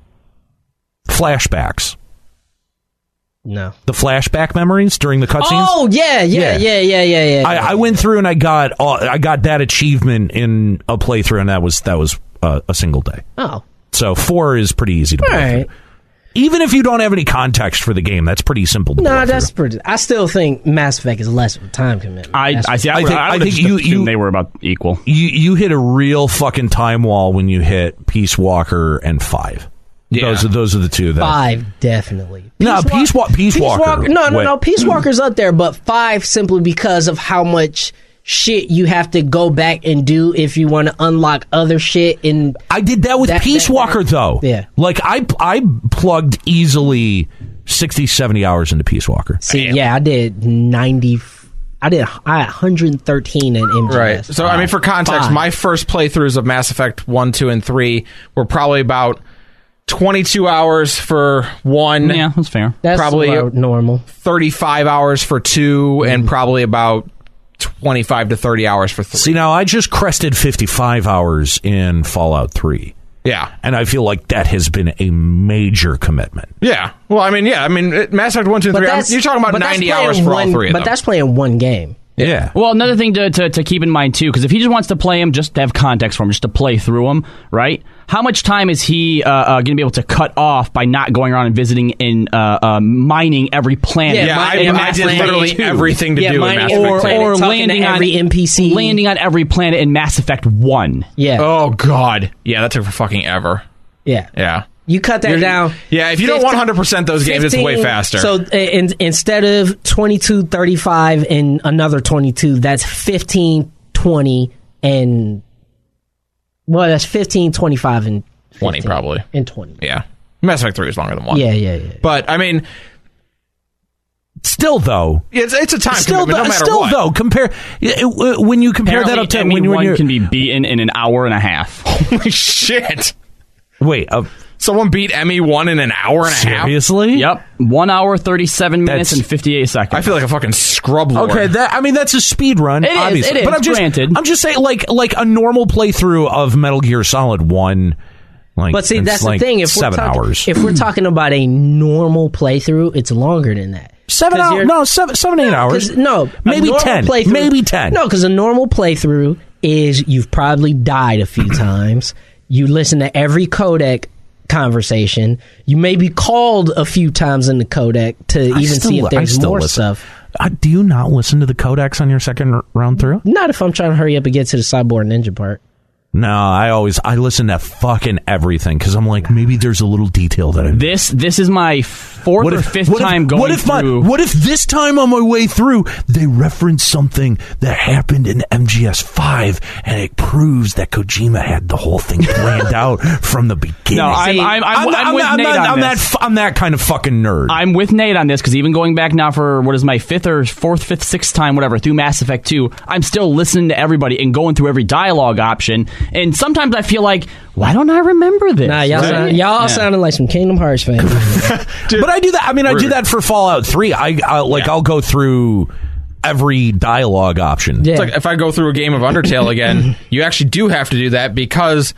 flashbacks,
no.
the flashback memories during the cutscenes.
Oh yeah,
Yeah.
yeah, yeah, yeah, yeah, yeah.
I, I went through and I got all, I got that achievement in a playthrough, and that was that was uh, a single day.
oh, all
So four is pretty easy to play
right.
through. even if you don't have any context for the game, that's pretty simple. To
No,
blow
that's
through.
pretty. I still think Mass Effect is less of a time commitment.
I,
That's
I see. I,
I
would,
think-
I
I
would
think
just
you-
assume
you-
they were about equal.
you. You hit a real fucking time wall when you hit Peace Walker and Five.
Yeah.
Those are those are the two. That,
five definitely.
No, Peace Wa- Peace Walker.
No, no,
Wait.
no.
Mm-hmm.
Peace Walker's up there, but five simply because of how much shit you have to go back and do if you want to unlock other shit. In
I did that with
That-
Peace
that-
Walker though.
Yeah.
Like I I plugged easily 60 70 hours into Peace Walker.
see, yeah, I did ninety. I did I had 113 in MGS.
Right. So, I mean, for context,
Five.
my first playthroughs of Mass Effect 1, 2, and 3 were probably about 22 hours for one,
Yeah, that's fair.
that's
probably-
about normal.
35 hours for 2, and probably about 25 to 30 hours for 3.
See now I just crested 55 hours in Fallout 3
yeah.
and I feel like that has been a major commitment.
Yeah. Well, I mean, yeah. I mean, it- Mass Effect 1, 2, and 3, I'm- you're talking about
but that's
90
playing
hours for
one-
all three of
But
them.
that's playing one game.
Yeah.
Well, another thing to, to, to keep in mind too, because if he just wants to play him, just to have context for him, just to play through him, right? How much time is he uh, uh, going to be able to cut off by not going around and visiting and uh, uh, mining every planet?
Yeah,
yeah,
my-
I,
in
I
Mass
did
Effect
literally
2.
everything to
Yeah,
do in
mining
Mass
every
Effect 2.
planet,
or
talking to
landing on-
every NPC,
landing on every planet in Mass Effect One.
Yeah,
Oh, God. Yeah, that took for fucking ever.
yeah,
Yeah.
You cut that down.
Yeah, if you don't
50
100% those games, it's way
15
faster.
So uh, in, instead of 22, 35, and another 22, that's 15, 20, and. Well, that's 15, 25, and
20 probably.
and 20.
Yeah. Mass Effect 3 is longer than 1.
Yeah, yeah, yeah.
But, I mean,
Still though,
it's, it's a time
still
commitment,
though,
no matter
still
what.
though, compare it- it- when you compare that up to
Apparently,
when
ME1
you when you're-
can be beaten in an hour and a half.
Holy shit.
Wait, uh,
Someone beat Emmy 1 in an hour and a half.
seriously?
yep, one hour thirty-seven minutes
That's-
and fifty-eight seconds.
I feel like a fucking scrub lord.
Okay, that I mean that's a speed run,
It is,
obviously.
it is,
but I'm just
granted.
I'm just saying like like a normal playthrough of Metal Gear Solid 1 like
But see,
it's
that's
like
the thing. If
7
we're talking,
hours.
if we're talking about a normal playthrough, it's longer than that.
7
Because
hours.
you're-
No, seven, seven, eight hours.
'Cause, No, a
maybe
normal
10.
playthrough-
Maybe 10.
No, because a normal playthrough is you've probably died a few times. You listen to every codec conversation. You may be called a few times in the codec to
I
even
still-
see if
I
there's
still
more
listen.
stuff.
Uh, do you not listen to the codex on your second r- round through?
Not if I'm trying to hurry up and get to the cyborg ninja part.
No, I always I listen to fucking everything cuz I'm like maybe there's a little detail that I
this this is my fourth or fifth
what if-
time going
what if my-
through.
what if this time on my way through they reference something that happened in MGS five and it proves that Kojima had the whole thing planned out from the beginning?
no, I'm, I'm, I'm, I'm,
not-
with
not-
Nate
I'm,
on
I'm
this.
that f- I'm that kind of fucking nerd.
I'm with Nate on this because even going back now for what is my fifth or fourth, fifth, sixth time, whatever, through Mass Effect 2, I'm still listening to everybody and going through every dialogue option. And sometimes I feel like, why don't I remember this?
Nah, y'all,
Right?
sound, y'all sounding like some Kingdom Hearts fans.
but I do that. I mean, I do that for Fallout Three. I, I like I'll go through every dialogue option.
Yeah.
It's like if I go through a game of Undertale again, you actually do have to do that because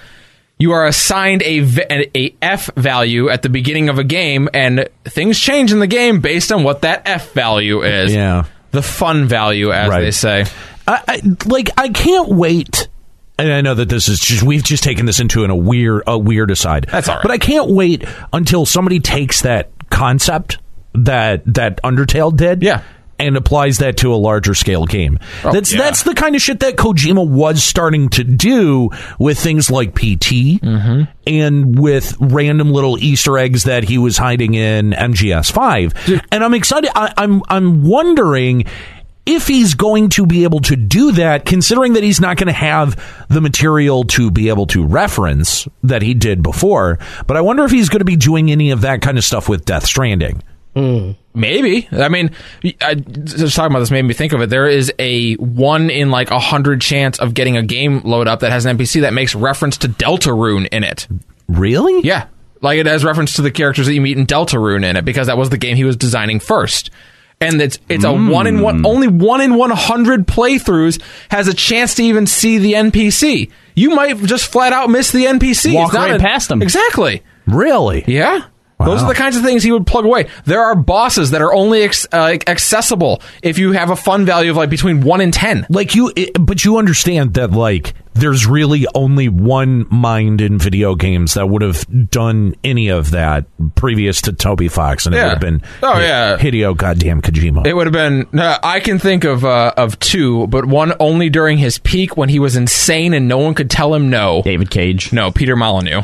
you are assigned a, v- an- a F value at the beginning of a game, and things change in the game based on what that F value is.
Yeah.
The fun value, as
Right.
they say.
I, I like I can't wait. And I know that this is just we've just taken this into an, a weird a weird aside.
That's all right.
But I can't wait until somebody takes that concept that that Undertale did.
Yeah. Oh,
And applies that to a larger scale game. that's
yeah.
that's the kind of shit that Kojima was starting to do with things like PT
Mm-hmm.
and with random little Easter eggs that he was hiding in MGS five. And I'm excited. I, I'm I'm wondering if he's going to be able to do that, considering that he's not going to have the material to be able to reference that he did before. But I wonder if he's going to be doing any of that kind of stuff with Death Stranding.
Maybe. I mean, I, just talking about this made me think of it. There is a one in like a hundred chance of getting a game load up that has an NPC that makes reference to Deltarune in it.
Really?
Yeah. Like it has reference to the characters that you meet in Deltarune in it because that was the game he was designing first. And it's it's
Hmm.
a one in one only one in one hundred playthroughs has a chance to even see the NPC. You might just flat out miss the NPC.
Walk
It's not
right
a-
past them.
Exactly.
Really?
Yeah. Those are the kinds of things he would plug away. There are bosses that are only ex- uh, accessible if you have a fun value of like between one and ten.
like you it, but you understand that like there's really only one mind in video games that would have done any of that previous to Toby Fox and it
Yeah.
would have been
Oh,
Hi-
yeah.
Hideo goddamn Kojima.
It would have been. no, I can think of uh, of two, but one only during his peak when he was insane and no one could tell him no.
David Cage.
No, Peter Molyneux.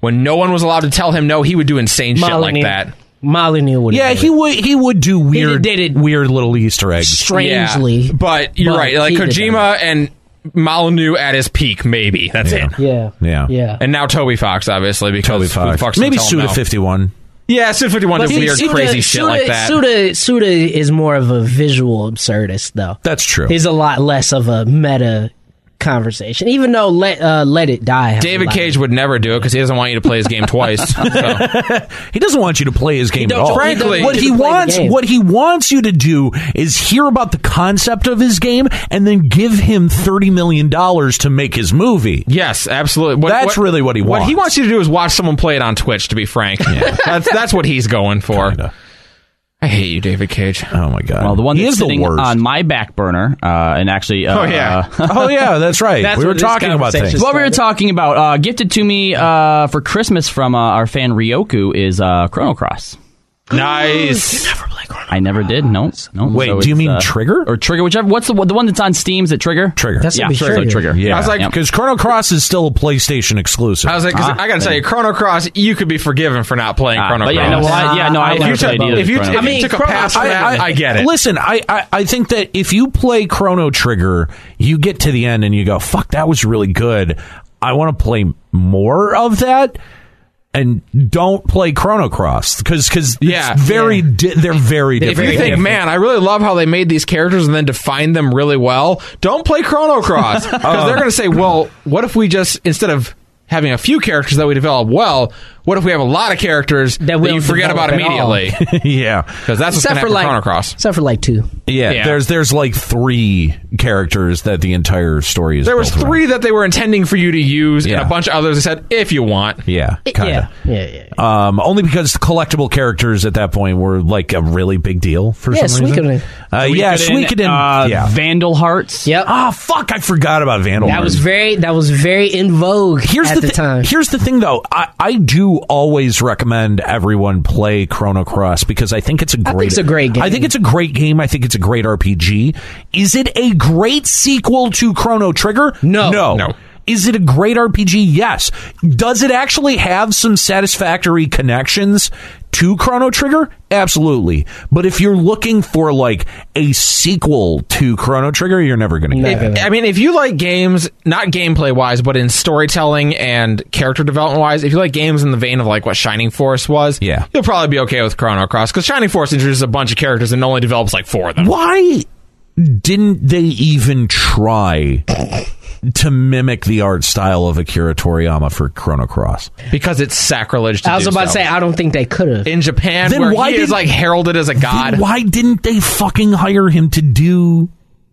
When no one was allowed to tell him no, he would do insane shit like that.
Molyneux would.
yeah, he would he would do weird
did it-
weird little Easter eggs.
strangely.
Yeah, but you're
but
right. Like
he did
Kojima and Molyneux at his peak, maybe that's it.
Yeah.
Yeah.
Yeah.
And now Toby Fox, obviously, because
Toby
who the
Fox.
fuck's gonna
Maybe
tell him
Suda
no?
fifty one.
Yeah, Suda 51 did
See,
weird,
Suda-
crazy shit
Suda-
like that.
Suda, Suda is more of a visual absurdist, though.
That's true.
He's a lot less of a meta conversation, even though let uh, let it die. has a
David
lot
Cage
of-
would never do it because he doesn't want you to play his game twice. So.
He doesn't want you to play his game at
don't-
all.
frankly-
what
he
he
doesn't play the
wants,
game.
what he wants you to do is hear about the concept of his game and then give him thirty million dollars to make his movie.
Yes, absolutely. What,
That's really what he
What he
wants.
wants you to do is watch someone play it on Twitch. To be frank, that's that's what he's going for.
Kinda.
I hate you, David Cage.
Oh my god!
Well, the one
he
that's
is
sitting
the worst.
on my back burner, uh, and actually, uh,
Oh, yeah.
uh,
oh yeah, that's right.
That's
we were
where this
talking about
conversation
things.
started.
what we were talking about, uh, gifted to me uh, for Christmas from uh, our fan Ryoku, is uh, Chrono Cross.
Nice.
I never did. No, no.
Wait, do you
it's,
mean
uh,
Trigger?
or Trigger? Whichever. What's the one- the one that's on Steam? Is it Trigger?
Trigger.
That's
yeah,
gonna be
so
Trigger.
Trigger.
yeah,
I was like-
because Chrono Cross is still a PlayStation exclusive.
I was like, 'cause I gotta tell you, Chrono Cross, you could be forgiven for not playing
Ah,
Chrono
but
Cross.
yeah, no, well, I, yeah, no, I
If
never
if you,
played
took,
either
if
of
you,
Chrono
if you
Cross.
took a pass for that, I, get it.
Listen, I, I, I think that if you play Chrono Trigger, you get to the end and you go, fuck, that was really good. I want to play more of that. And don't play Chrono Cross because because
Yeah.
very di- they're very
if you
different.
think, man, I really love how they made these characters and then defined them really well, don't play Chrono Cross because they're going to say, well, what if we just instead of having a few characters that we develop well, what if we have a lot of characters that,
we
you
don't
forget about
develop at all?
immediately?
yeah,
Because that's what's going to
Except for
happen
like
Chrono Cross.
Except for like two.
yeah,
Yeah.
There's there's like three characters that the entire story is.
There was
built around.
three that they were intending for you to use,
Yeah.
and a bunch of others they said if you want.
Yeah, kind of.
Yeah. Yeah. yeah.
Um, only because the collectible characters at that point were like a really big deal for
Yeah,
some reason.
Suikoden.
Uh, yeah, Suikoden.
Uh,
yeah.
Vandal Hearts.
Yep.
Ah, fuck! I forgot about Vandal.
That was very that was very in vogue
Here's
at
the,
the,
thi-
time.
Here's the thing, though. I, I do always recommend everyone play Chrono Cross because I think it's a great.
think it's a great game.
I think it's a great game. I think it's a great RPG. Is it a great sequel to Chrono Trigger?
No.
no,
No.
Is it a great RPG? Yes. Does it actually have some satisfactory connections to Chrono Trigger? Absolutely. But if you're looking for like a sequel to Chrono Trigger, you're never going to get it.
Never.
I mean, if you like games, not gameplay wise, but in storytelling and character development wise, if you like games in the vein of like what Shining Force was,
Yeah.
you'll probably be okay with Chrono Cross because Shining Force introduces a bunch of characters and only develops like four of them.
why didn't they even try to mimic the art style of Akira Toriyama for Chrono Cross?
Because it's sacrilege. To
I was
do
about to
so.
say I don't think they could have.
in Japan,
Then
where
why
he is
did-
like heralded as a god.
Then why didn't they fucking hire him to do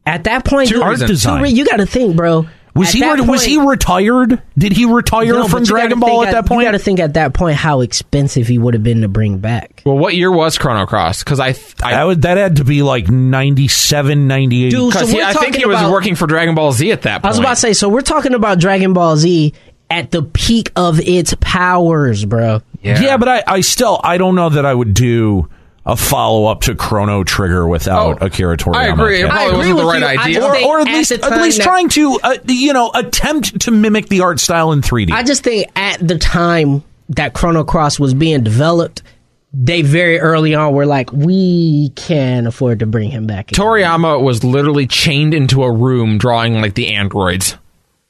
At that point,
Two
you-
art
reasons.
design?
Tori, you got to think, bro.
was
At
he
that
was he
point-
retired? Did he retire
No, but
from
you gotta
Dragon Ball
think
at that point?
You got to think at that point how expensive he would have been to bring back.
well, what year was Chrono Cross? Because I, th- I,
that would that had to be like 97, 98.
Dude, so
'cause he-
we're
I think
talking
he was
about-
working for Dragon Ball Z at that point.
I was about to say, so we're talking about Dragon Ball Z at the peak of its powers, bro.
yeah. but I, I still I don't know that I would do a follow up to Chrono Trigger without
Oh,
Akira Toriyama.
I agree. It
Yeah.
probably
agree
wasn't the
with
right
you. I
idea.
just
Or-
think
or at
at
least
the
at
time
least
that-
trying to uh, you know attempt to mimic the art style in 3D.
I just think at the time that Chrono Cross was being developed, they very early on were like, we can afford to bring him back. again.
Toriyama was literally chained into a room drawing like the androids.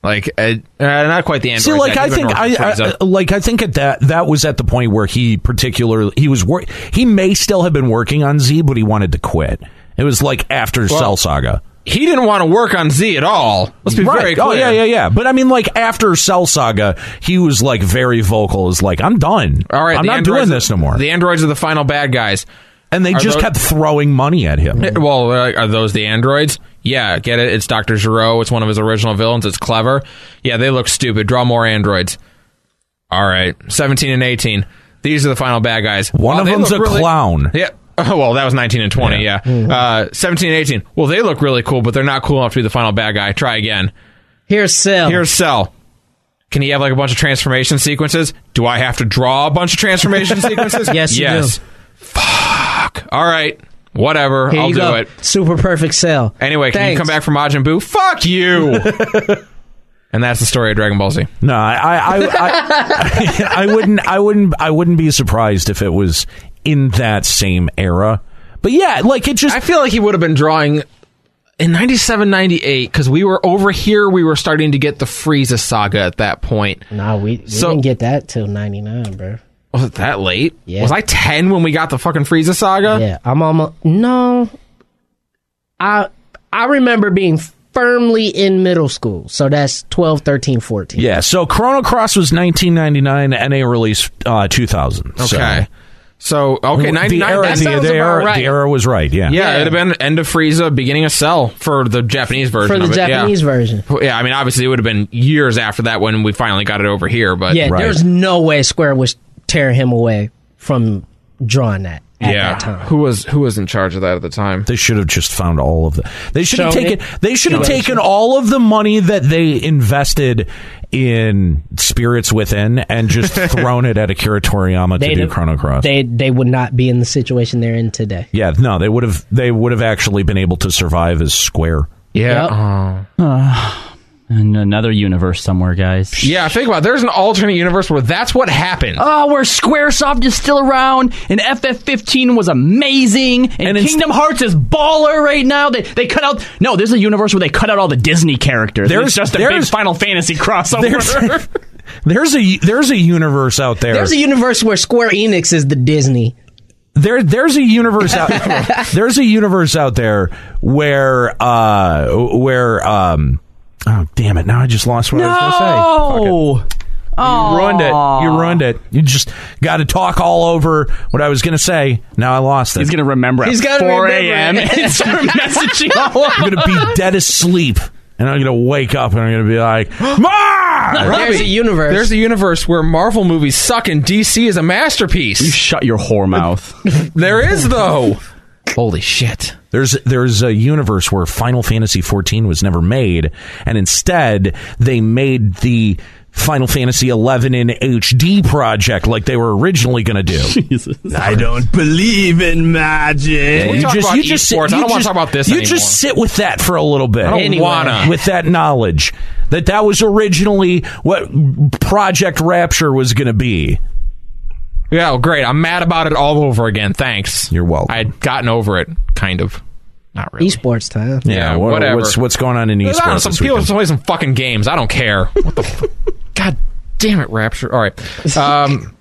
Like uh, uh, not quite the androids.
See, like I
even
think,
North
I, I uh,
Korea.
I- like I think at that that was at the point where he particularly he was wor- he may still have been working on Z, but he wanted to quit. It was like after Cell Saga.
he didn't want to work on Z at all. Let's be very clear.
Oh yeah, yeah, yeah. But I mean, like after Cell Saga, he was like very vocal. Is like, I'm done.
All right,
I'm
the
not
androids-
doing this no more.
The androids are the final bad guys.
and they
are
just
those-
kept throwing money at him.
Well, uh, are those the androids? Yeah, get it. It's Doctor Giro. It's one of his original villains. It's clever. Yeah, they look stupid. Draw more androids. All right, seventeen and eighteen. These are the final bad guys.
One
Wow,
of
they
them's
look
a clown.
Yeah. Oh, well, that was 19 and 20, yeah. Uh, 17 and 18. Well, they look really cool, but they're not cool enough to be the final bad guy. Try again.
Here's Cell.
Here's Cell. Can he have like a bunch of transformation sequences? Do I have to draw a bunch of transformation sequences?
Yes, you
Yes. Fuck. All right. Whatever.
Here
I'll
you
do
go.
it.
Super perfect Cell.
Anyway, can you
Thanks.
come back from Majin Buu? Fuck you. and that's the story of Dragon Ball Z.
No, I, I, I, I, I wouldn't, I wouldn't, I wouldn't be surprised if it was in that same era. But yeah, like it just,
I feel like he would have been drawing in 97, 98, because we were over here, we were starting to get the Frieza saga at that point.
Nah, we, we
So-
didn't get that till '99, bro.
Was it that late?
Yeah.
Was I 10 when we got the fucking Frieza saga?
Yeah, I'm almost no. I I remember being firmly in middle school, so that's 12, 13, 14.
yeah. So Chrono Cross was 1999, NA release uh, 2000.
Okay. So, okay, 99.
the era,
that
the,
sounds
the
about
era,
right.
the era was right. Yeah.
Yeah, it'd have been end of Frieza, beginning of Cell for the Japanese version
for the
of it. yeah.
Japanese version.
Yeah. I mean, obviously, it would have been years after that when we finally got it over here, but
Yeah,
Right.
there's no way Square was tearing him away from drawing that at
yeah.
that time.
Who was who was in charge of that at the time?
They should have just found all of the. They should have
Shown
taken.
it.
They should have
Shown it.
taken all of the money that they invested in Spirits Within and just thrown it at Akira Toriyama to
They'd
do
have-
Chrono Cross.
They they would not be in the situation they're in today.
yeah, no, they would have. They would have actually been able to survive as Square.
Yeah. Uh-huh.
Yep.
In another universe somewhere, guys.
Yeah, think about it. There's an alternate universe where that's what happened.
Oh, where SquareSoft is still around, and FF15 was amazing, and,
And inst-
Kingdom Hearts is baller right now. They they cut out no, there's a universe where they cut out all the Disney characters. and
There's-
it's just a big
there's-
Final Fantasy
There's-
crossover.
There's a there's a universe out there.
There's a universe where Square Enix is the Disney.
there there's a universe out there's a universe out there where uh where um oh damn it now I just lost what I was going to say.
oh,
You ruined it. You ruined it. You just got to talk all over what I was going to say. Now I lost it.
he's gonna remember.
He's
at
gotta
4
remember
a.m.
it.
and start messaging.
I'm going to be dead asleep, and I'm going to wake up, and I'm going to be like, Ma!
There's a universe.
There's a universe where Marvel movies suck and DC is a masterpiece.
Shut your whore mouth.
There is though. Holy shit.
There's there's a universe where Final Fantasy 14 was never made, and instead they made the Final Fantasy 11 in HD project like they were originally going to do.
I don't believe in magic.
We talk about esports. I don't wanna
just-
talk about this
You
anymore.
just sit with that for a little bit.
I don't wanna.
with that knowledge that that was originally what Project Rapture was going to be.
Yeah, well, great. I'm mad about it all over again. Thanks.
You're welcome.
I'd gotten over it, kind of. Not really.
esports time.
Yeah,
what-
whatever.
What's what's going on in
There's
esports?
some
this
people
weekend?
play some fucking games. I don't care. What the fu- God damn it, Rapture. All right. Um,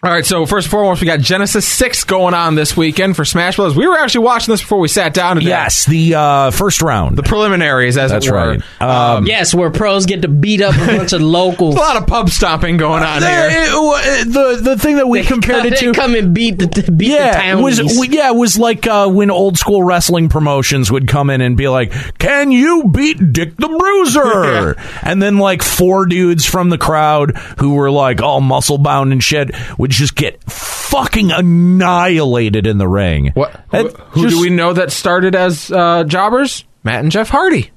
all right, so first and foremost, we got Genesis 6 going on this weekend for Smash Bros. We were actually watching this before we sat down today.
Yes, the uh, first round.
The preliminaries, as
That's
it were.
right.
Um, Yes, where pros get to beat up a bunch of locals.
A lot of pub stomping going on
There-
here.
it wa- it- the the thing that we compared
They
it to.
come and beat the beat the
yeah,
townies.
was w- yeah, it was like uh, when old school wrestling promotions would come in and be like, "Can you beat Dick the Bruiser?" And then like four dudes from the crowd who were like all muscle bound and shit would just get fucking annihilated in the ring.
What? Who,
That
who
just-
do we know that started as uh, jobbers? Matt and Jeff Hardy.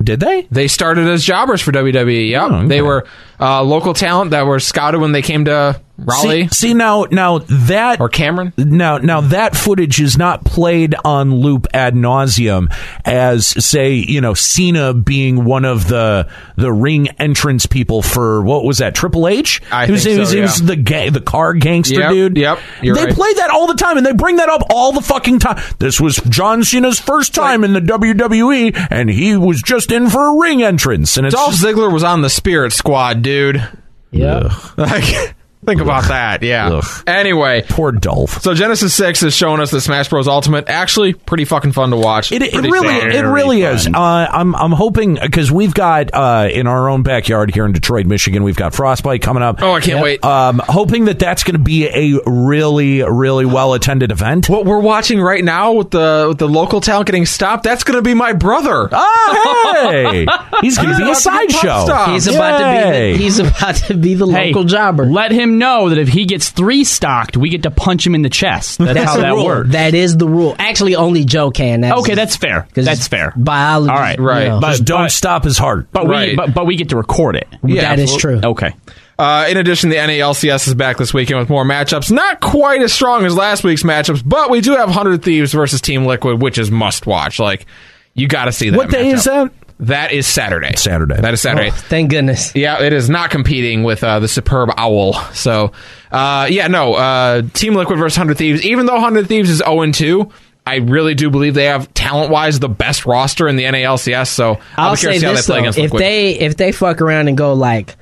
Did they?
They started as jobbers for WWE. Yep.
Oh, okay.
They were uh, local talent that were scouted when they came to Raleigh
See, see now, now that
or Cameron.
Now, now that footage is not played on loop ad nauseum as, say, you know, Cena being one of the the ring entrance people for what was that Triple H?
I
He was,
think
he was-
so,
he was
yeah.
the ga- the car gangster
Yep,
dude.
yep,
they
you're right.
play that all the time, and they bring that up all the fucking time. This was John Cena's first time in the WWE, and he was just in for a ring entrance, and it's
Dolph
just-
Ziggler was on the Spirit Squad, dude.
yeah.
Like, think about that. Yeah.
Ugh.
Anyway,
poor Dolph.
so Genesis Six is showing us the Smash Bros. Ultimate. Actually, pretty fucking fun to watch.
It, it
Pretty
really
fun.
it really is. Uh, I'm I'm hoping because we've got uh, in our own backyard here in Detroit, Michigan, we've got frostbite coming up.
Oh, I can't wait.
Um, hoping that that's going to be a really really well attended event.
what we're watching right now with the with the local talent getting stopped, that's going to be my brother.
Oh, hey, he's going to be a
about to be a pop
sideshow.
star.
He's about to be
Yay.
the, he's about to be the
Hey,
local jobber.
Let him know that if he gets three stocked, we get to punch him in the chest. That's, how
the
that
rule.
works.
That is the rule. Actually, only Joe can. That's
okay, that's fair.
'cause
That's fair.
Biology.
All right,
you
right.
know,
Just don't stop his heart.
But we
Right.
but, but we get to record it.
Yeah,
that is true.
Okay.
Uh, in addition, the NALCS is back this weekend with more matchups. Not quite as strong as last week's matchups, but we do have 100 Thieves versus Team Liquid, which is must watch. Like, you got to see that.
What day is
matchup.
that?
That is Saturday.
Saturday.
That is Saturday.
Thank goodness.
Yeah, it is not competing with uh, the superb owl. So, uh, yeah, no. Uh, Team Liquid versus Hundred Thieves. Even though Hundred Thieves is zero two, I really do believe they have talent wise the best roster in the NALCS. So I'll,
I'll
be curious
say
to see how they play
this though:
against
if
Liquid.
they if they fuck around and go like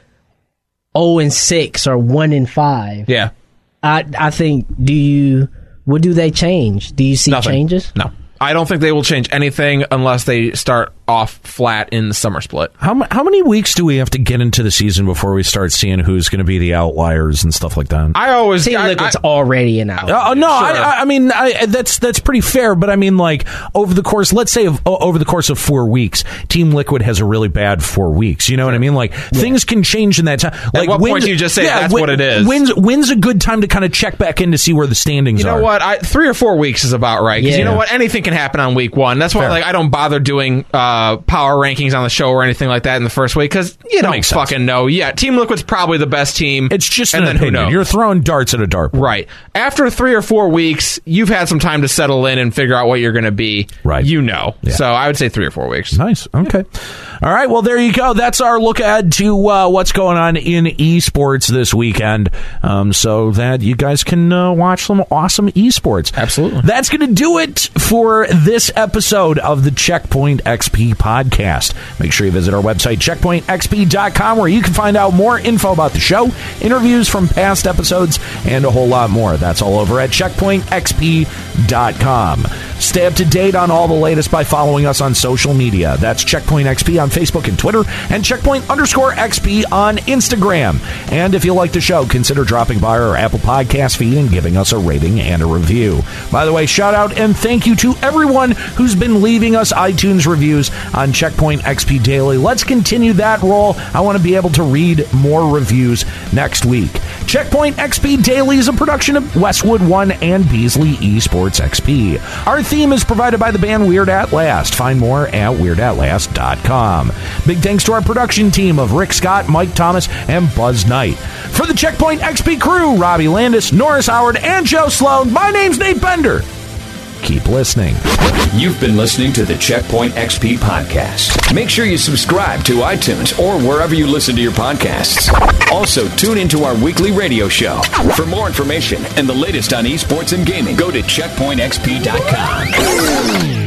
zero and six or one and five,
yeah,
I I think do you what do they change? Do you see
nothing
changes?
No, I don't think they will change anything unless they start off flat in the summer split.
How, mu- how many weeks do we have to get into the season before we start seeing who's going to be the outliers and stuff like that?
I always
Team
I-
Liquid's
I-
already an out.
Uh, no, I
Sure.
I, I mean I, I- that's that's pretty fair, but I mean like over the course, let's say of, o- over the course of four weeks, Team Liquid has a really bad four weeks. You know what I mean? Like things can change in that time. Like
what point do you just say that's
win-
what it is?
Wins wins a good time to kind of check back in to see where the standings
You
are.
know what? I, three or four weeks is about right. 'Cause you
Yeah.
know what? Anything can happen on week one. That's why, like, I don't bother doing uh, power rankings on the show or anything like that in the first week because you don't
makes sense.
fucking know. Yeah, Team Liquid's probably the best team.
It's just
and
an
then who
opinion.
knows?
You're throwing darts at a dartboard.
right after three or four weeks, you've had some time to settle in and figure out what you're going to be.
Right.
you know.
Yeah.
So I would say three or four weeks.
Nice. Okay. All right. Well, there you go. That's our look ahead to uh, what's going on in esports this weekend, um, so that you guys can uh, watch some awesome esports.
Absolutely.
That's going to do it for this episode of the Checkpoint XP podcast. Make sure you visit our website, checkpointxp.com, where you can find out more info about the show, interviews from past episodes, and a whole lot more. That's all over at checkpointxp.com. Stay up to date on all the latest by following us on social media. That's Checkpoint XP on Facebook and Twitter, and Checkpoint underscore XP on Instagram. And if you like the show, consider dropping by our Apple Podcast feed and giving us a rating and a review. By the way, shout out and thank you to everyone who's been leaving us iTunes reviews on Checkpoint XP Daily. Let's continue that roll. I want to be able to read more reviews next week. Checkpoint XP Daily is a production of Westwood One and Beasley Esports XP. Our theme is provided by the band Weird At Last. Find more at WeirdAtLast.com. Big thanks to our production team of Rick Scott, Mike Thomas, and Buzz Knight. For the Checkpoint XP crew, Robbie Landis, Norris Howard, and Joe Sloan, my name's Nate Bender. Keep listening.
You've been listening to the Checkpoint XP podcast. Make sure you subscribe to iTunes or wherever you listen to your podcasts. Also, tune into our weekly radio show. For more information and the latest on esports and gaming, go to checkpointxp.com.